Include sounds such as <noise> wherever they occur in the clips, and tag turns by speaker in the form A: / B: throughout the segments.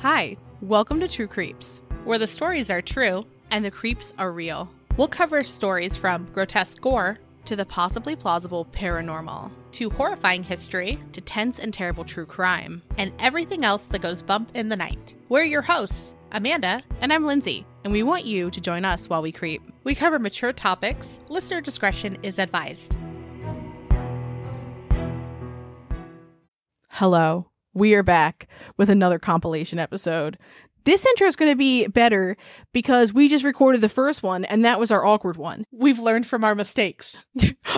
A: Hi, welcome to True Creeps, where the stories are true and the creeps are real. We'll cover stories from grotesque gore to the possibly plausible paranormal, to horrifying history, to tense and terrible true crime, and everything else that goes bump in the night. We're your hosts, Amanda, and I'm Lindsay, and we want you to join us while we creep. We cover mature topics, listener discretion is advised. Hello, we are back with another compilation episode. This intro is going to be better because we just recorded the first one and that was our awkward one.
B: We've learned from our mistakes.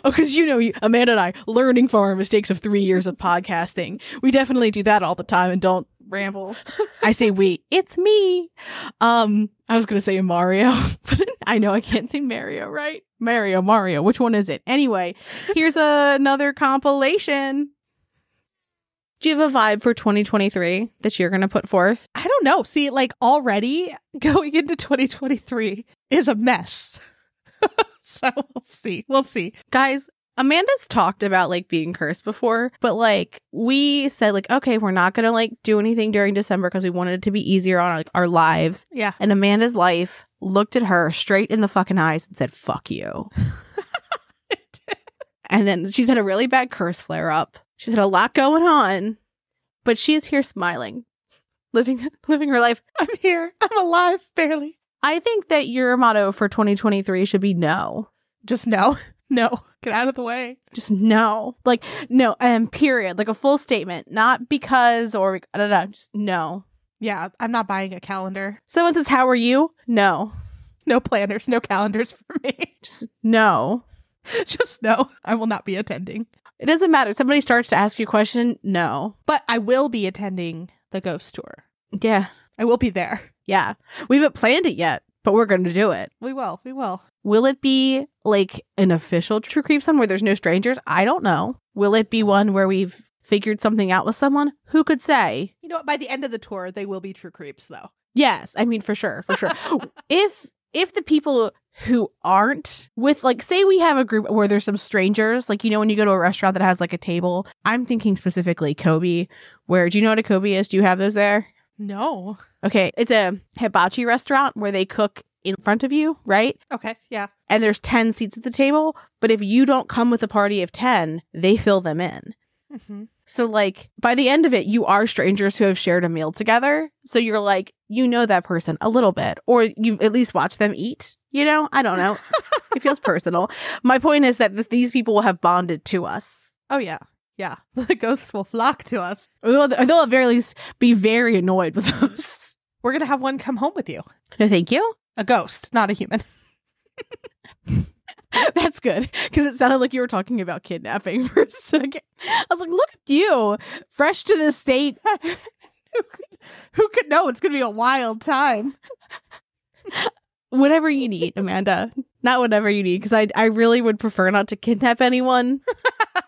A: Oh, because you know, you- Amanda and I learning from our mistakes of three years of podcasting. We definitely do that all the time and don't <laughs> ramble. I say we. It's me. Um, I was gonna say Mario, <laughs> but I know I can't say Mario, right? Mario, Mario. Which one is it? Anyway, here's a- another compilation. Do you have a vibe for 2023 that you're gonna put forth?
B: I don't know. See, like already <laughs> going into 2023 is a mess. <laughs> so we'll see. We'll see.
A: guys amanda's talked about like being cursed before but like we said like okay we're not gonna like do anything during december because we wanted it to be easier on like, our lives
B: Yeah.
A: and amanda's life looked at her straight in the fucking eyes and said fuck you <laughs> and then she's had a really bad curse flare up she's had a lot going on but she is here smiling living <laughs> living her life
B: I'm here. I'm alive, barely.
A: i think that your motto for 2023 should be no
B: Just no. <laughs> No. Get out of the way.
A: just no like no and period like a full statement not because or I don't know just no
B: Yeah. I'm not buying a calendar.
A: someone says how are you no
B: No planners, no calendars for me. <laughs>
A: just no
B: Just no. I will not be attending.
A: it doesn't matter somebody starts to ask you a question no
B: But I will be attending the ghost tour.
A: yeah
B: I will be there.
A: yeah we haven't planned it yet but we're gonna do it
B: We will. We will.
A: will it be like an official true creep one where there's no strangers i don't know will it be one where we've figured something out with someone who could say
B: You know what? By the end of the tour, they will be true creeps, though.
A: Yes, I mean for sure, for sure. if if the people who aren't with like say we have a group where there's some strangers, like you know when you go to a restaurant that has like a table, I'm thinking specifically Kobe, where do you know what a Kobe is? Do you have those there?
B: No.
A: Okay, it's a hibachi restaurant where they cook in front of you, right?
B: Okay. Yeah.
A: And there's 10 seats at the table, but if you don't come with a party of 10, they fill them in.
B: Mm-hmm.
A: So, like, by the end of it, you are strangers who have shared a meal together. So you're like, you know that person a little bit, or you've at least watched them eat. You know, I don't know. it <laughs> feels personal. My point is that th- these people will have bonded to us.
B: Oh yeah, yeah. <laughs> The ghosts will flock to us.
A: Or they'll, or they'll at very least be very annoyed with us.
B: We're gonna have one come home with you.
A: No, thank you.
B: A ghost, not a human.
A: <laughs> That's good because it sounded like you were talking about kidnapping <laughs> for a second. I was like, look at you, fresh to the state. <laughs>
B: who, could, who could know? It's gonna be a wild time.
A: <laughs> whatever you need, Amanda. Not whatever you need, because I I really would prefer not to kidnap anyone. <laughs>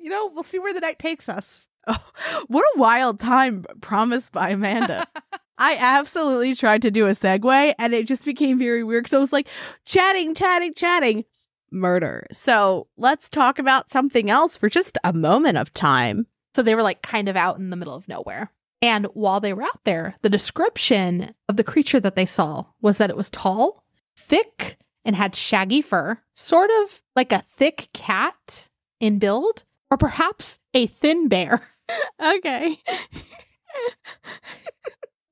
B: You know, we'll see where the night takes us.
A: Oh, <laughs> what a wild time promised by Amanda.
B: <laughs>
A: I absolutely tried to do a segue, and it just became very weird because I was like chatting, chatting, chatting, murder. So let's talk about something else for just a moment of time.
B: So they were like kind of out in the middle of nowhere. And while they were out there, the description of the creature that they saw was that it was tall, thick, and had shaggy fur, sort of like a thick cat in build, or perhaps a thin bear. <laughs>
A: Okay.
B: It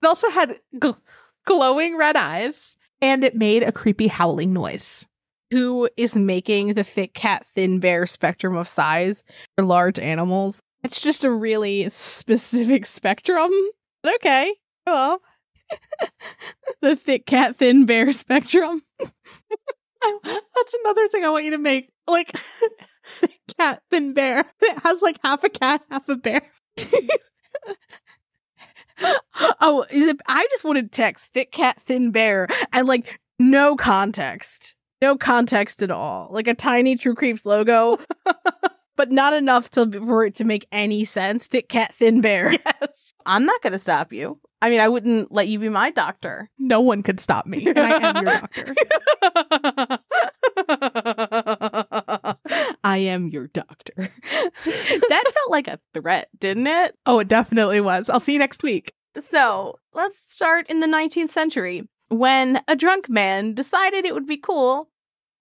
B: also had gl- glowing red eyes, and it made a creepy howling noise.
A: Who is making the thick cat, thin bear spectrum of size for large animals? It's just a really specific <laughs> spectrum. But okay. Well, <laughs> the thick cat, thin bear spectrum.
B: <laughs> I, that's another thing I want you to make, like <laughs> cat thin bear. It has like half a cat, half a
A: <laughs>
B: bear.
A: <gasps> oh, is it, I just wanted text thick cat, thin bear, and like no context. No context at all. Like a tiny True Creeps <laughs> logo, but not enough to, for it to make any sense. Thick cat, thin <laughs> bear.
B: Yes.
A: I'm not going to stop you. I mean, I wouldn't let you be my doctor.
B: No one could stop me, and I am your
A: <laughs>
B: doctor.
A: I am your doctor. that felt like a threat, didn't it?
B: Oh, it definitely was. I'll see you next week.
A: So let's start in the 19th century when a drunk man decided it would be cool,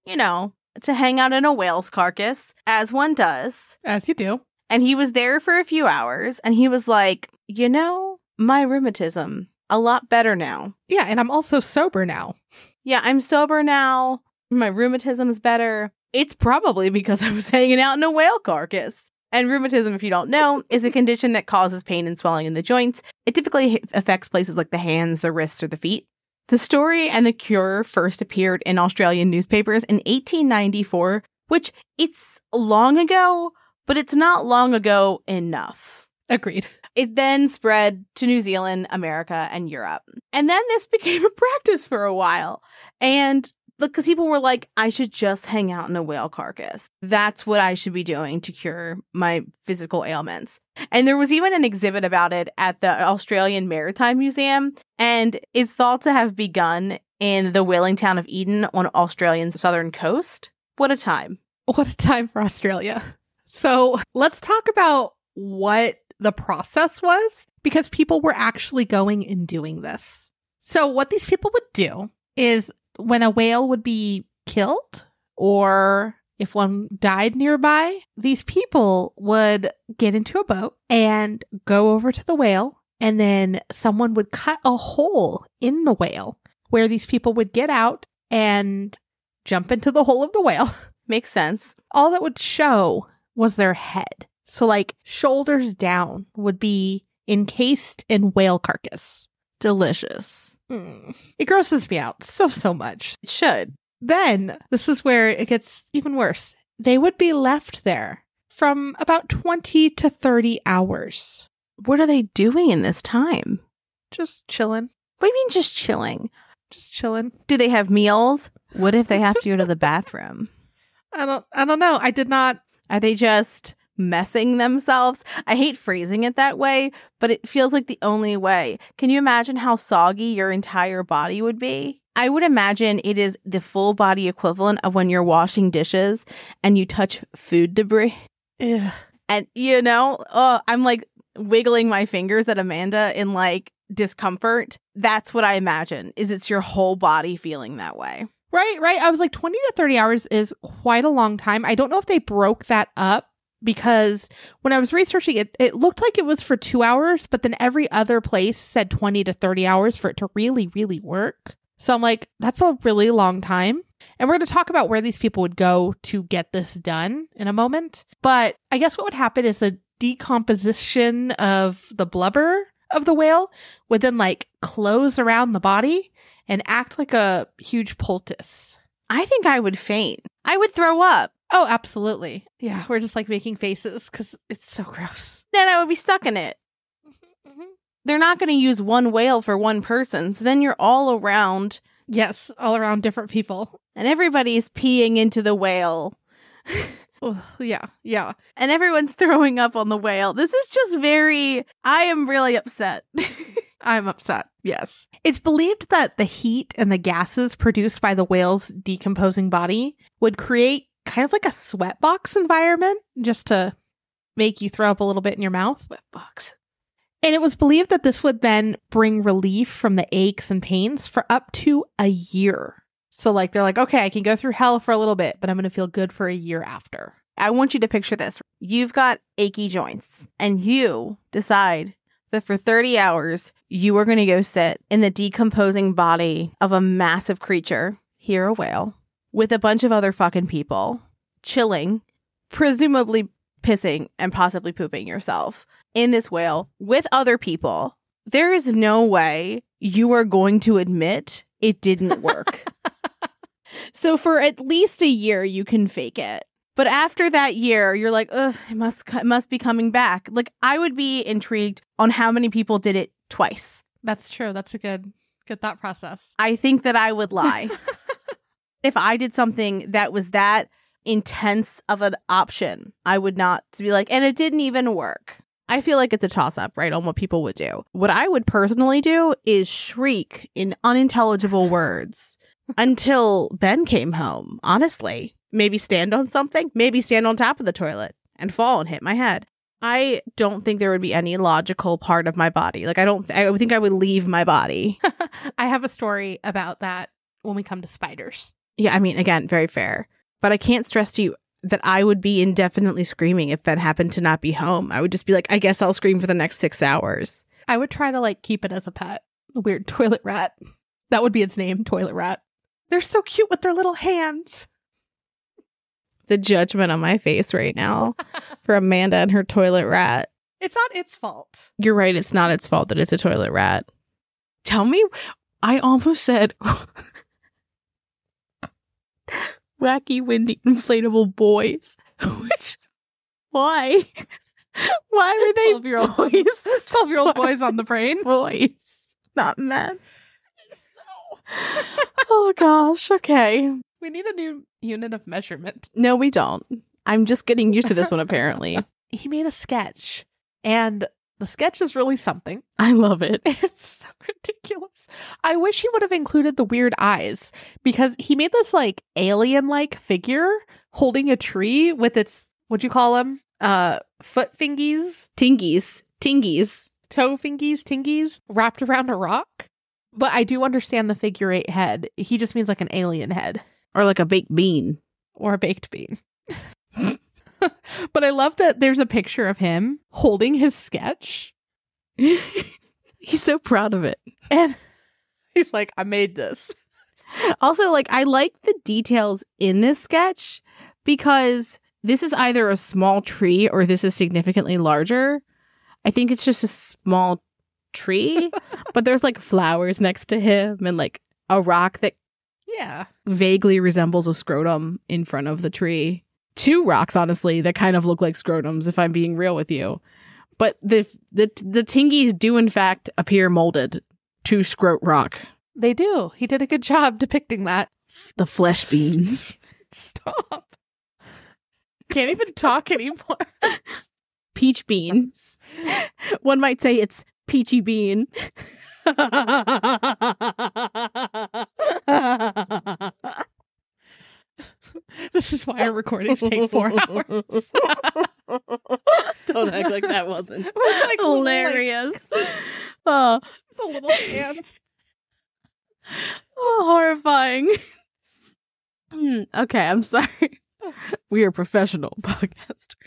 A: you know, to hang out in a whale's carcass, as one does.
B: As you do.
A: And he was there for a few hours and he was like, you know, my rheumatism, a lot better now.
B: Yeah, and I'm also sober now.
A: Yeah, I'm sober now. My rheumatism's better. It's probably because I was hanging out in a whale carcass. And rheumatism, if you don't know, is a condition that causes pain and swelling in the joints. It typically h- affects places like the hands, the wrists, or the feet. The story and the cure first appeared in Australian newspapers in 1894, which it's long ago, but it's not long ago enough.
B: Agreed.
A: It then spread to New Zealand, America, and Europe. And then this became a practice for a while. And because people were like, I should just hang out in a whale carcass. That's what I should be doing to cure my physical ailments. And there was even an exhibit about it at the Australian Maritime Museum. And it's thought to have begun in the whaling town of Eden on Australia's southern coast. What a time.
B: What a time for Australia. So let's talk about what the process was because people were actually going and doing this. So, what these people would do is when a whale would be killed or if one died nearby, these people would get into a boat and go over to the whale. And then someone would cut a hole in the whale where these people would get out and jump into the hole of the whale <laughs>
A: Makes sense.
B: all that would show was their head. So, like, shoulders down would be encased in whale carcass.
A: Delicious.
B: Mm. It grosses me out so, so much.
A: It should.
B: Then, this is where it gets even worse. They would be left there from about 20 to 30 hours,
A: What are they doing in this time?
B: just chilling,
A: What do you mean just chilling?
B: just chilling.
A: Do they have meals? What if they have to go to the bathroom?
B: I don't, I don't know. I did not.
A: Are they just messing themselves? I hate phrasing it that way, but it feels like the only way. Can you imagine how soggy your entire body would be? I would imagine it is the full body equivalent of when you're washing dishes and you touch food debris.
B: Ugh.
A: And you know, oh, I'm like wiggling my fingers at Amanda in like discomfort. That's what I imagine. Is it's your whole body feeling that way.
B: Right, right. I was like 20 to 30 hours is quite a long time. I don't know if they broke that up because when I was researching it, it looked like it was for two hours, but then every other place said 20 to 30 hours for it to really, really work. So I'm like, that's a really long time. And we're going to talk about where these people would go to get this done in a moment. But I guess what would happen is a decomposition of the blubber of the whale would then like close around the body and act like a huge poultice.
A: I think I would faint. I would throw up.
B: Oh, absolutely. Yeah, we're just like making faces because it's so gross.
A: Then I would be stuck in it. They're not going to use one whale for one person. So then you're all around
B: Yes, all around different people.
A: and everybody's peeing into the whale
B: Ugh, yeah, yeah.
A: and everyone's <laughs> throwing up on the whale. This is just very, I am really upset. <laughs>
B: I'm upset. Yes. It's believed that the heat and the gases produced by the whale's decomposing body would create kind of like a sweatbox environment just to make you throw up a little bit in your mouth.
A: Bucks.
B: And it was believed that this would then bring relief from the aches and pains for up to a year. So, like, they're like, okay, I can go through hell for a little bit, but I'm going to feel good for a year after.
A: I want you to picture this. You've got achy joints, and you decide that for 30 hours, you are going to go sit in the decomposing body of a massive creature, here a whale, with a bunch of other fucking people, chilling, presumably pissing and possibly pooping yourself in this whale with other people. There is no way you are going to admit it didn't work. so, for at least a year, you can fake it. But after that year, you're like, ugh, it must, co- it must be coming back. Like, I would be intrigued on how many people did it twice.
B: That's true. That's a good good thought process. <laughs>
A: I think that I would lie. if I did something that was that intense of an option, I would not be like, and it didn't even work. I feel like it's a toss up, right, on what people would do. What I would personally do is shriek in unintelligible words until Ben came home, honestly. Maybe stand on something, maybe stand on top of the toilet and fall and hit my head. I don't think there would be any logical part of my body. Like I don't I would think I would leave my body.
B: I have a story about that when we come to spiders.
A: yeah, I mean again, very fair. But I can't stress to you that I would be indefinitely screaming if Ben happened to not be home. I would just be like, I guess I'll scream for the next 6 hours.
B: I would try to like keep it as a pet. A weird <laughs> toilet rat. That would be its name, toilet rat. They're so cute with their little hands.
A: The judgment on my face right
B: <laughs> Oh.
A: now for Amanda and her toilet rat.
B: It's not its fault.
A: You're right, it's not its fault that it's a toilet rat. Tell me, I almost said <laughs> wacky, windy, inflatable boys. <laughs> Which, why? Why were they
B: 12-year-old
A: boys?
B: 12 year <laughs> old boys on the brain.
A: Boys, not men. <laughs> oh gosh, okay.
B: We need a new unit of measurement.
A: No, we don't. I'm just getting used to this one, apparently.
B: He made a sketch, and the sketch is really something.
A: <laughs>
B: <laughs>
A: I love it.
B: It's so ridiculous. I wish he would have included the weird eyes because he made this like alien like figure holding a tree with its, what'd you call them? Uh, foot fingies,
A: Tingies, tingies.
B: toe fingies, tingies wrapped around a rock. But I do understand the figure eight head. He just means like an alien head
A: Or like a baked bean.
B: or a baked bean. <laughs> but I love that there's a picture of him holding his sketch
A: <laughs> He's so proud of it.
B: and <laughs> he's like, I made this.
A: Also, like, I like the details in this sketch because this is either a small tree or this is significantly larger. I think it's just a small <laughs> tree, but there's like flowers next to him and like a rock that
B: Yeah.
A: vaguely resembles a scrotum in front of the tree. Two rocks, honestly, that kind of look like scrotums, if I'm being real with you. But the the the tingies do in fact appear molded to scrot rock,
B: They do. He did a good job depicting that.
A: the flesh bean.
B: <laughs> Stop. Can't even talk anymore.
A: <laughs> peach bean. One might say it's peachy bean. <laughs>
B: <laughs> This is why our recordings take <laughs>
A: <laughs>
B: four hours.
A: Don't act like that <laughs> wasn't
B: It was like little, like,
A: hilarious. <laughs> Oh,
B: the little hand.
A: oh, horrifying. <laughs> Mm, okay, I'm sorry. We
B: <laughs>
A: are professional podcasters.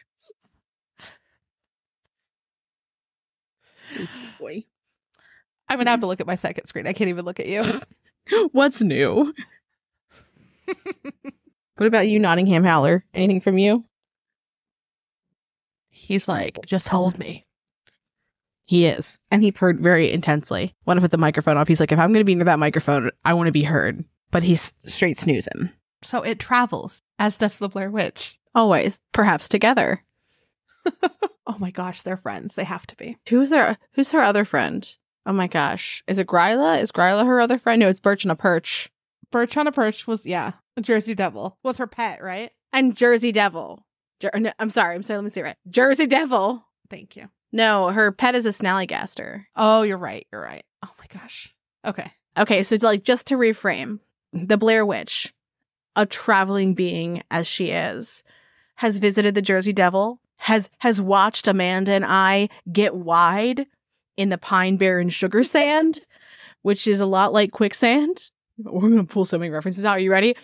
A: Boy.
B: I'm gonna have to look at my second screen. I can't even look at you. <laughs>
A: What's new? what about you, Nottingham Howler? Anything from you?
B: He's like, just hold me.
A: He is. And he purred very intensely. When I put the microphone up, he's like, if I'm going to be near that microphone, I want to be heard. But he's straight snoozing.
B: So it travels, as does the Blair Witch.
A: Always. Perhaps together.
B: Oh my gosh, they're friends. They have to be.
A: Who's her, who's her other friend? Oh my gosh. Is it Gryla? Is Gryla her other friend? No, it's Birch and a Perch.
B: Birch on a perch was yeah, the Jersey Devil was her pet, right?
A: And Jersey Devil. Jer- um, no, I'm sorry. I'm sorry. Let me say it right. Jersey Devil.
B: Thank you.
A: No, her pet is a snallygaster.
B: Oh, you're right. You're right. Oh my gosh. Okay. <laughs>
A: Okay, so like just to reframe, the Blair Witch, a traveling being as she is, has visited the Jersey Devil, has has watched Amanda and I get wide in the pine barren sugar sand, which is a lot like quicksand. We're gonna pull so many references out. Are you ready?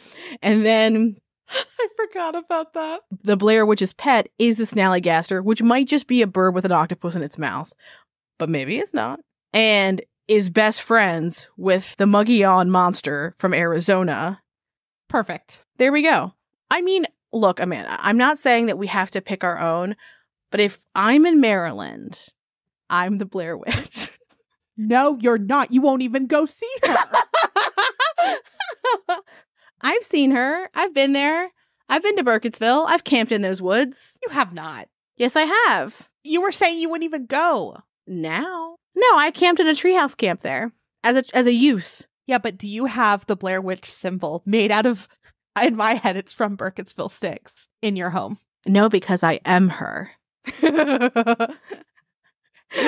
A: And then
B: I forgot about that.
A: the Blair Witch's pet is the snallygaster, which might just be a bird with an octopus in its mouth, but maybe it's not. And is best friends with the Muggion monster from Arizona.
B: Perfect.
A: There we go. I mean, look, Amanda, I'm not saying that we have to pick our own, but if I'm in Maryland, I'm the Blair Witch. <laughs>
B: No, you're not. You won't even go <laughs> see her.
A: I've seen her. I've been there. I've been to Burkittsville. I've camped in those woods.
B: you have not.
A: Yes, I have.
B: You were saying you wouldn't even go.
A: Now? No, I camped in a treehouse camp there as a as a youth.
B: Yeah, but do you have the Blair Witch symbol made out of? <laughs> In my head, it's from Burkittsville sticks in your home.
A: No, because I am her. <laughs>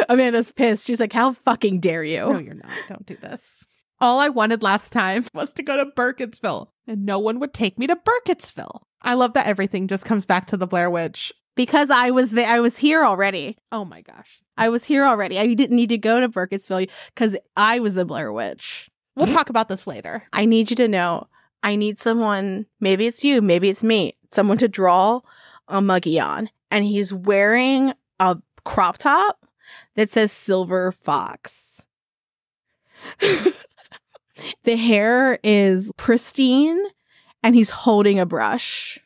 A: Amanda's pissed. She's like, "How fucking dare
B: No,
A: you?"
B: you're not. Don't do this. All I wanted last time <laughs> was to go to Burkittsville, and no one would take me to Burkittsville. I love that everything just comes back to the Blair Witch.
A: because I was there. I was here already.
B: Oh my gosh.
A: I was here already. I didn't need to go to Burkittsville because I was the Blair Witch.
B: <laughs> We'll talk about this later.
A: I need you to know. I need someone. Maybe it's you. Maybe it's me. Someone to draw a muggy on, and he's wearing a crop top that says Silver Fox. <laughs> the hair is pristine, and he's holding a brush.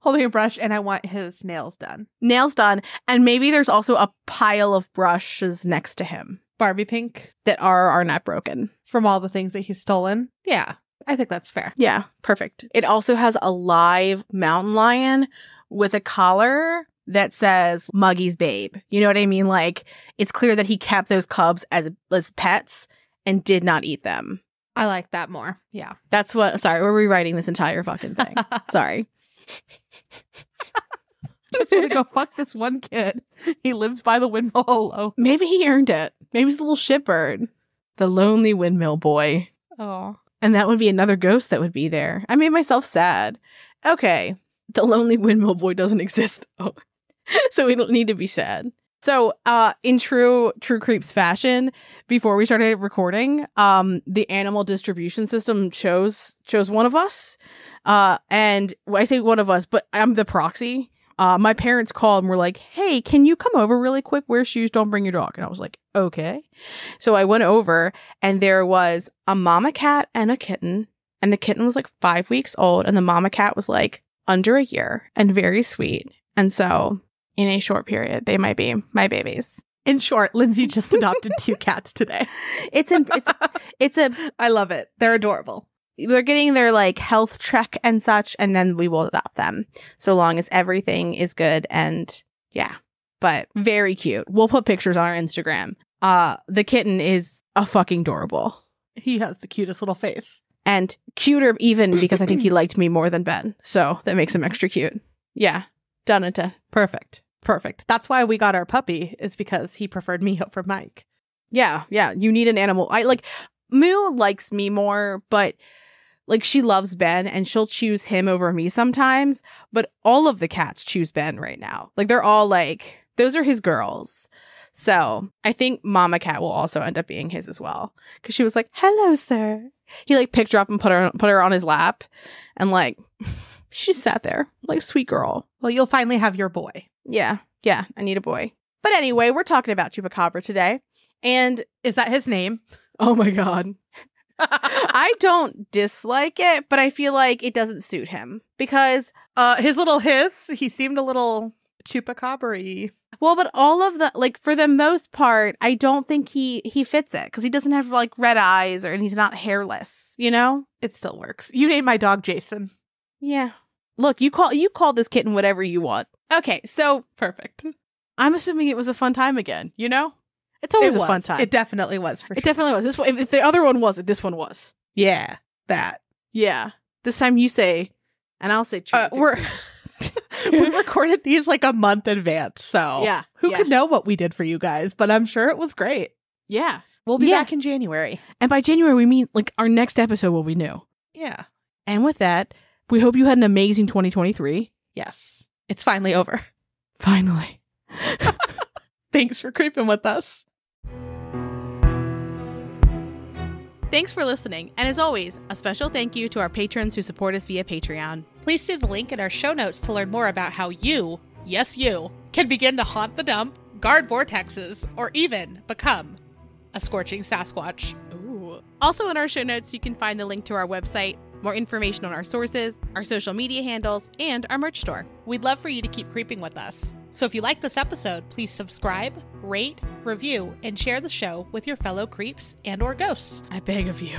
B: Holding a brush, and I want his nails done.
A: nails done, and maybe there's also a pile of brushes next to him
B: Barbie pink
A: that are are not broken.
B: from all the things that he's stolen. Yeah, I think that's fair.
A: Yeah, perfect. It also has a live mountain lion with a collar that says Muggy's babe. You know what I mean? Like it's clear that he kept those cubs as as pets and did not eat them.
B: I like that more. Yeah. <laughs>
A: That's what sorry, we're rewriting this entire fucking thing. sorry.
B: Just want to go fuck this one kid. He lives by the windmill alone.
A: Maybe he earned it. Maybe he's a little shitbird. The lonely windmill boy.
B: Oh.
A: And that would be another ghost that would be there. I made myself sad. Okay. The lonely windmill boy doesn't <laughs> exist though. so we don't need to be sad. So, uh, in true True Creeps fashion, before we started recording, um, the animal distribution system chose chose one of us. Uh, and well, I say one of us, but I'm the proxy. Uh, my parents called and were like, "Hey, can you come over really quick? Wear shoes. Don't bring your dog." And I was like, "Okay." So I went over, and there was a mama cat and a kitten and the kitten was like five weeks old and the mama cat was like under a year and very sweet and so in a short period they might be my babies
B: In short, <laughs> Lindsay just adopted two cats today.
A: <laughs> it's a it's it's <laughs> a
B: I love it. They're adorable.
A: they're getting their like health check and such and then we will adopt them so long as everything is good and yeah but very cute we'll put pictures on our instagram uh the kitten is a fucking adorable
B: <laughs> He has the cutest little face.
A: and cuter even because I think he liked me more than Ben. So that makes him extra cute. Yeah. Done and done.
B: Perfect. Perfect. That's why we got our puppy, is because he preferred me over Mike.
A: Yeah. Yeah. You need an animal. I like Moo likes me more, but like she loves Ben and she'll choose him over me sometimes. But all of the cats choose Ben right now. Like they're all like, those are his girls. So I think Mama Cat will also end up being his as well. Cause she was like, hello, sir. He like picked her up and put her put her on his lap and like <laughs> she sat there like sweet girl.
B: Well, you'll finally have your boy.
A: Yeah, yeah, I need a boy. But anyway, we're talking about Chupacabra today. And
B: Is that his <laughs> name? Uh,
A: oh my God. I don't dislike it, but I feel like it doesn't suit him because,
B: Uh, his little hiss, he seemed a little chupacabra
A: well, but all of the, like, for the most part, I don't think he, he fits it because he doesn't have like red eyes or, and he's not hairless, you know?
B: It still works. You named my dog Jason.
A: Yeah. Look, you call, you call this kitten whatever you want. Okay. So
B: Perfect.
A: I'm assuming it was a fun time again, you know? It's always a fun time.
B: It definitely was for
A: It
B: sure.
A: definitely was. This one, if the other one wasn't, this one was.
B: yeah, that.
A: Yeah. This time you say, and I'll say.
B: Uh,
A: Truth.
B: we're <laughs>
C: <laughs>
B: we recorded these like a month advance, so
A: yeah.
B: who
A: yeah,
B: could know what we did for you guys? But I'm sure it was great.
A: Yeah.
B: We'll be
A: Yeah.
B: back in January.
A: And by January we mean like our next episode will be new.
B: Yeah.
A: And with that, we hope you had an amazing 2023.
B: Yes. It's finally over. <laughs>
A: Finally.
B: Thanks for creeping with us.
C: Thanks for listening, and as always, a special thank you to our patrons who support us via Patreon. Please see the link in our show notes to learn more about how you, yes, you, can begin to haunt the dump, guard vortexes, or even become a scorching Sasquatch. Ooh. Also, in our show notes, you can find the link to our website, more information on our sources, our social media handles, and our merch store. We'd love for you to keep creeping with us. So if you like this episode, please subscribe, rate, review, and share the show with your fellow creeps and or ghosts.
A: I beg of you.